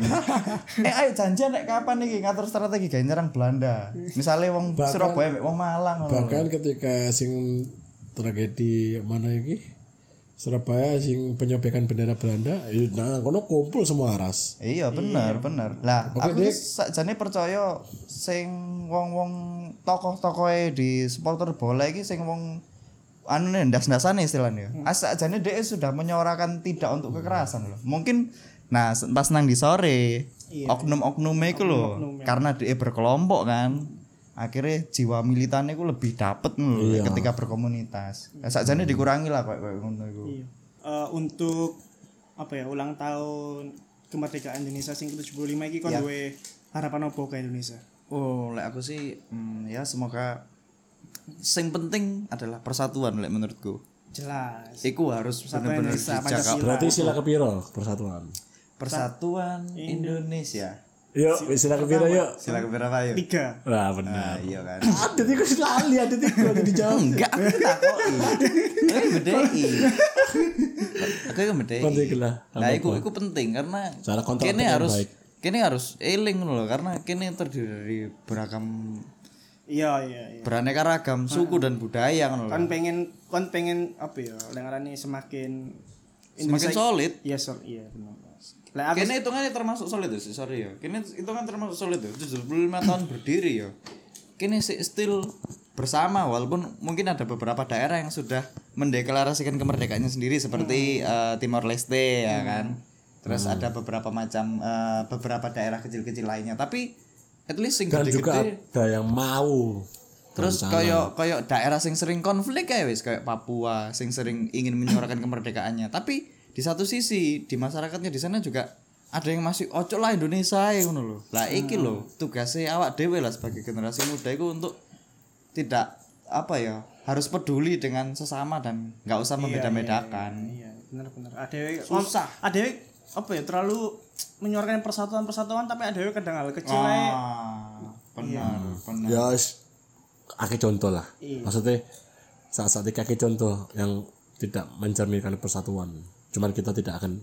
S1: eh ayo janjian nek kapan iki ngatur strategi gawe nyerang Belanda misalnya wong
S3: Bahkan-
S1: Surabaya ambek wong Malang ngono
S3: Bahkan ketika sing tragedi mana lagi? Surabaya sing penyobekan bendera Belanda, ya, nah kono kumpul semua ras.
S1: Iya bener bener. Lah aku aku
S3: Dek.
S1: sakjane percaya sing wong-wong tokoh-tokohe di supporter bola iki sing wong anu nih ndas-ndasane istilahnya. As sakjane dhek sudah menyorakan tidak untuk kekerasan loh. Mungkin nah se- pas nang di sore Iya. oknum-oknume iku lho karena dhek berkelompok kan. Akhirnya jiwa militannya iku lebih dapet lho ketika berkomunitas. Nah, sakjane dikurangi lah kayak kayak ngono iku.
S2: Iya. Eh, untuk apa ya ulang tahun kemerdekaan Indonesia sing ke-75 iki
S1: Iya.
S2: kon duwe harapan opo ke Indonesia?
S1: Oh, lek aku sih mm, ya semoga sing penting adalah persatuan lek menurutku.
S2: Jelas.
S1: Iku harus benar-benar
S2: Indonesia,
S1: dijaga.
S2: Pancasila.
S3: Berarti sila kepiro persatuan.
S1: Persatuan Indonesia.
S3: Yuk, sila kepiro yuk.
S1: Sila berapa yuk?
S2: Tiga.
S3: Wah benar.
S1: ya? Iya kan.
S3: Nah. Adit itu lali, adit itu jadi jauh.
S1: Enggak, aku takoki. Aku bedei. Aku iku bedei.
S3: Penting lah.
S1: Nah, iku iku penting karena
S3: Cara kontrol
S1: kene
S3: dengan
S1: harus
S3: baik.
S1: kene harus eling loh karena kene terdiri dari beragam
S2: Iya iya iya.
S1: beraneka ragam suku dan budaya kan lho.
S2: Kon pengen kon pengen apa ya dengarannya semakin
S1: Semakin solid
S2: Iya sol iya benar. Lah
S3: Nah,
S2: aku
S1: Kini hitungannya termasuk solid ya, sorry ya. Kini hitungan termasuk solid ya, 75 tahun berdiri ya. Kini si still bersama walaupun mungkin ada beberapa daerah yang sudah mendeklarasikan kemerdekaannya sendiri seperti eh,
S3: Hmm.
S1: Timor Leste ya kan. Terus ada beberapa macam eh, beberapa daerah kecil-kecil lainnya tapi at least sing
S3: Dan juga
S1: gede-gede
S3: ada yang mau.
S1: Terus koyo koyo daerah sing sering konflik ya wis kayak Papua sing sering ingin menyuarakan kemerdekaannya. Tapi di satu sisi di masyarakatnya di sana juga ada yang masih ojo lah Indonesia ya ngono lho. Lah iki lho tugasnya awak dhewe lah sebagai generasi muda itu untuk tidak apa ya harus peduli dengan sesama dan nggak usah membeda-bedakan.
S2: Iya, benar-benar. Adewe
S1: Susah.
S2: Adewe apa ya terlalu menyuarakan persatuan-persatuan tapi adewe kadang hal kecil ae.
S1: Ah, benar,
S2: Iya.
S1: benar.
S3: ya wis akeh contoh lah maksudnya saat-saat ini akeh contoh yang tidak mencerminkan persatuan cuman kita tidak akan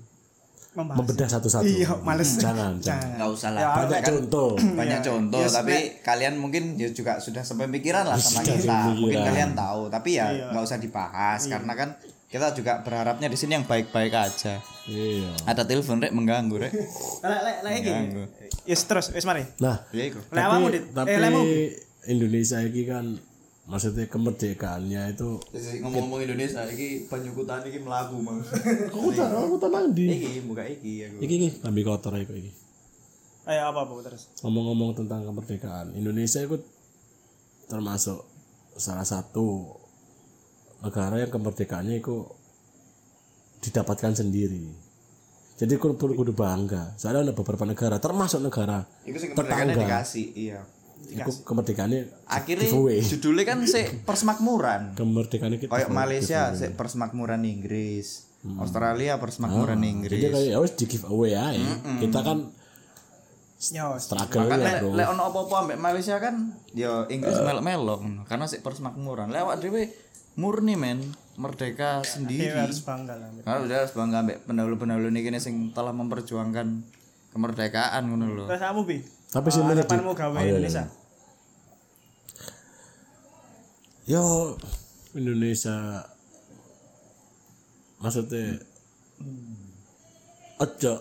S2: Membahas.
S3: membedah satu-satu
S2: Iya, males.
S3: jangan, jangan.
S1: Nggak usah lah.
S2: Ya,
S3: banyak
S1: Banyak,
S3: contoh
S1: banyak contoh tapi kalian mungkin ya juga sudah sampai pikiran lah sama kita. Mungkin kalian tahu tapi ya nggak usah dibahas karena kan kita juga berharapnya di sini yang baik-baik aja.
S3: iya
S1: Ada telepon rek mengganggu rek.
S2: Lek lek lek iki.
S1: Mengganggu.
S2: Yes terus, wis mari.
S3: nah
S1: Ya iku.
S2: Lek awakmu dit.
S3: tapi
S2: Eh lemu.
S3: Indonesia ini kan maksudnya kemerdekaannya itu
S1: ngomong-ngomong Indonesia iki penyukutan iki mlaku mang.
S3: aku tak aku tenang di
S1: Iki buka iki ya, aku.
S3: iki iki lambi kotor iki iki
S2: Ayo apa apa terus.
S3: ngomong-ngomong tentang kemerdekaan Indonesia itu termasuk salah satu negara yang kemerdekaannya itu didapatkan sendiri jadi aku perlu kudu bangga soalnya ada beberapa negara termasuk negara
S1: Iku sing kemerdekaannya dikasih, iya.
S3: itu kemerdekaannya
S1: Akhirnya
S3: Giveaway.
S1: judulnya kan sik persemakmuran.
S3: kemerdekaannya kita
S1: Kayak Malaysia sik persemakmuran Inggris. Australia persemakmuran Inggris.
S3: Hmm. jadi kayak ya wis di giveaway aja kita kan
S2: Ya wis.
S3: struggle
S1: Kan
S3: ya
S1: lek
S3: bro
S1: lek ono apa-apa ambek Malaysia kan ya Inggris melok-melok ngono. karena sik persemakmuran. Lek awak dhewe murni men merdeka sendiri.
S2: Dewe harus bangga lah.
S1: Karena udah harus bangga ambek pendahulu-pendahulu niki nih sing telah memperjuangkan kemerdekaan ngono lho.
S2: Terus kamu bi.
S3: tapi sih menurut
S2: Harapanmu gawe Indonesia.
S3: yo Indonesia maksudnya Hmm. ojo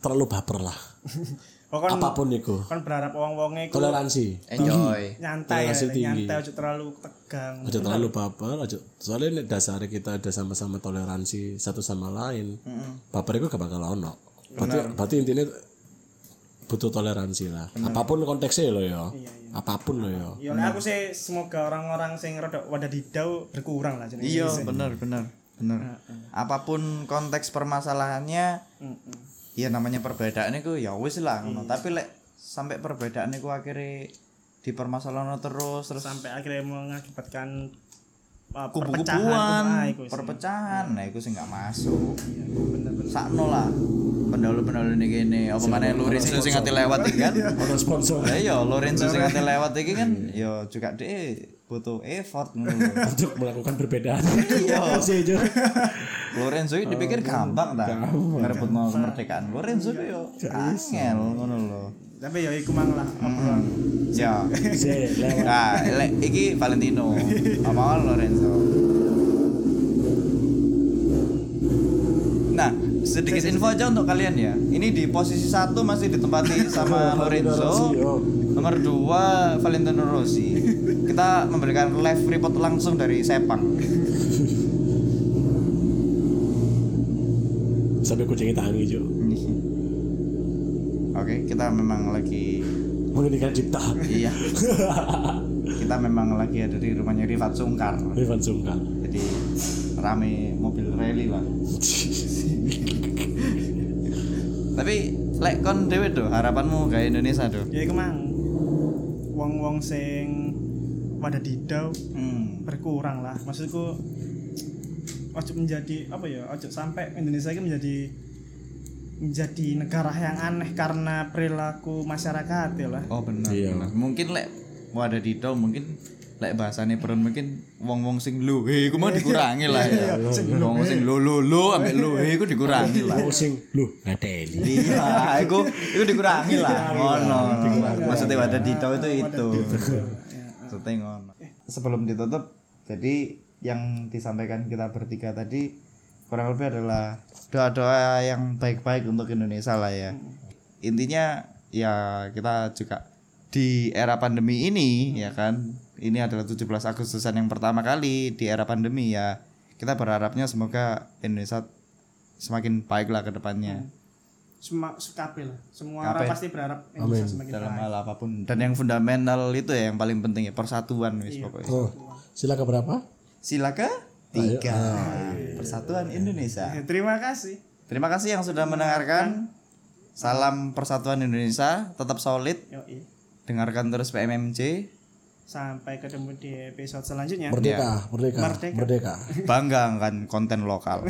S3: terlalu baper lah
S2: Oh kon
S3: apapun itu
S2: kon berharap wong-wonge iku
S3: toleransi
S1: Enjoy.
S2: nyantai ya,
S3: Toleransi tinggi.
S2: nyantai aja terlalu tegang.
S3: ojo terlalu baper ojo soalnya nek dasarnya kita ada sama-sama toleransi satu sama lain baper itu gak bakal ono berarti, berarti intinya butuh toleransi lah apapun konteksnya lo ya apapun lo ya
S2: Ya lek aku sih semoga orang-orang sing rada wadadidau berkurang lah jenenge.
S1: Iya, bener bener bener. Apapun konteks permasalahannya, ya namanya perbedaan itu ya wis lah ngono. Tapi lek sampai perbedaan itu akhirnya dipermasalahan terus terus
S2: sampai akhirnya mengakibatkan uh,
S1: kubu-kubuan,
S2: perpecahan. Ah,
S1: perpecahan. Nah, iku sih nggak masuk.
S2: bener-bener
S1: Sakno lah pendahulu-pendahulu niki kene. Apa maneh Lorenzo sing ati lewat iki kan.
S3: ono sponsor
S1: Lah iya Lorenzo sing ate lewat iki kan ya juga dhek butuh effort ngono lho.
S3: untuk melakukan perbedaan
S1: Iya.
S3: sih Jo.
S1: Lorenzo iki dipikir gampang ta ngerebut mau kemerdekaan. Lorenzo ku yo angel ngono lho.
S2: tapi ya iku mang lah obrolan
S1: Ya.
S3: Sih, lewat
S1: Nah, le- iki Valentino. Apa Lorenzo? Nah, sedikit info aja untuk kalian ya. Ini di posisi satu masih ditempati sama Lorenzo. Nomor dua Valentino Rossi. Kita memberikan live report langsung dari Sepang.
S3: sampai kucingnya tangi Jo.
S1: Oke, kita memang lagi
S3: Mengendikan cipta.
S1: iya. kita memang lagi ada di rumahnya Rifat Sungkar.
S3: Ivan Sungkar.
S1: Jadi rame mobil rally lah. Tapi lek kon dhewe do harapanmu kayak Indonesia do.
S2: ya iku mang wong-wong sing pada didau
S1: Hmm.
S2: berkurang lah maksudku ojo menjadi apa ya ojo sampai Indonesia ini menjadi menjadi negara yang aneh karena perilaku masyarakat ya lah
S1: Oh benar.
S3: Iya.
S1: benar. Mungkin lek mau ada di do mungkin lek bahasane peron mungkin wong-wong sing lu he iku mau dikurangi lah ya. Wong sing lu lu lu ambek lu he iku dikurangi lah.
S3: Aku sing lu ngateli.
S1: Iya, itu itu dikurangi lah. Ngono. Maksudnya wadah dito itu itu. Maksudnya ngono. Sebelum ditutup, jadi yang disampaikan kita bertiga tadi kurang lebih adalah doa-doa yang baik-baik untuk Indonesia lah ya. Intinya ya kita juga di era pandemi ini ya kan. Ini adalah 17 Agustusan yang pertama kali di era pandemi ya. Kita berharapnya semoga Indonesia semakin baik lah ke depannya.
S2: semua kape lah semua orang
S1: Kabeh.
S2: pasti berharap Indonesia semakin
S1: dalam hal apapun dan yang fundamental itu ya yang paling penting ya persatuan wis pokoknya
S3: Oh, sila berapa?
S1: Ah, iya. silakan tiga persatuan Indonesia
S2: Ya, terima kasih
S1: Terima kasih yang sudah mendengarkan. Salam Persatuan Indonesia, tetap solid.
S2: Yoi.
S1: Dengarkan terus PMMC.
S2: Sampai ketemu di episode selanjutnya.
S3: Merdeka, merdeka,
S2: Merdeka.
S3: merdeka.
S1: Bangga akan konten lokal.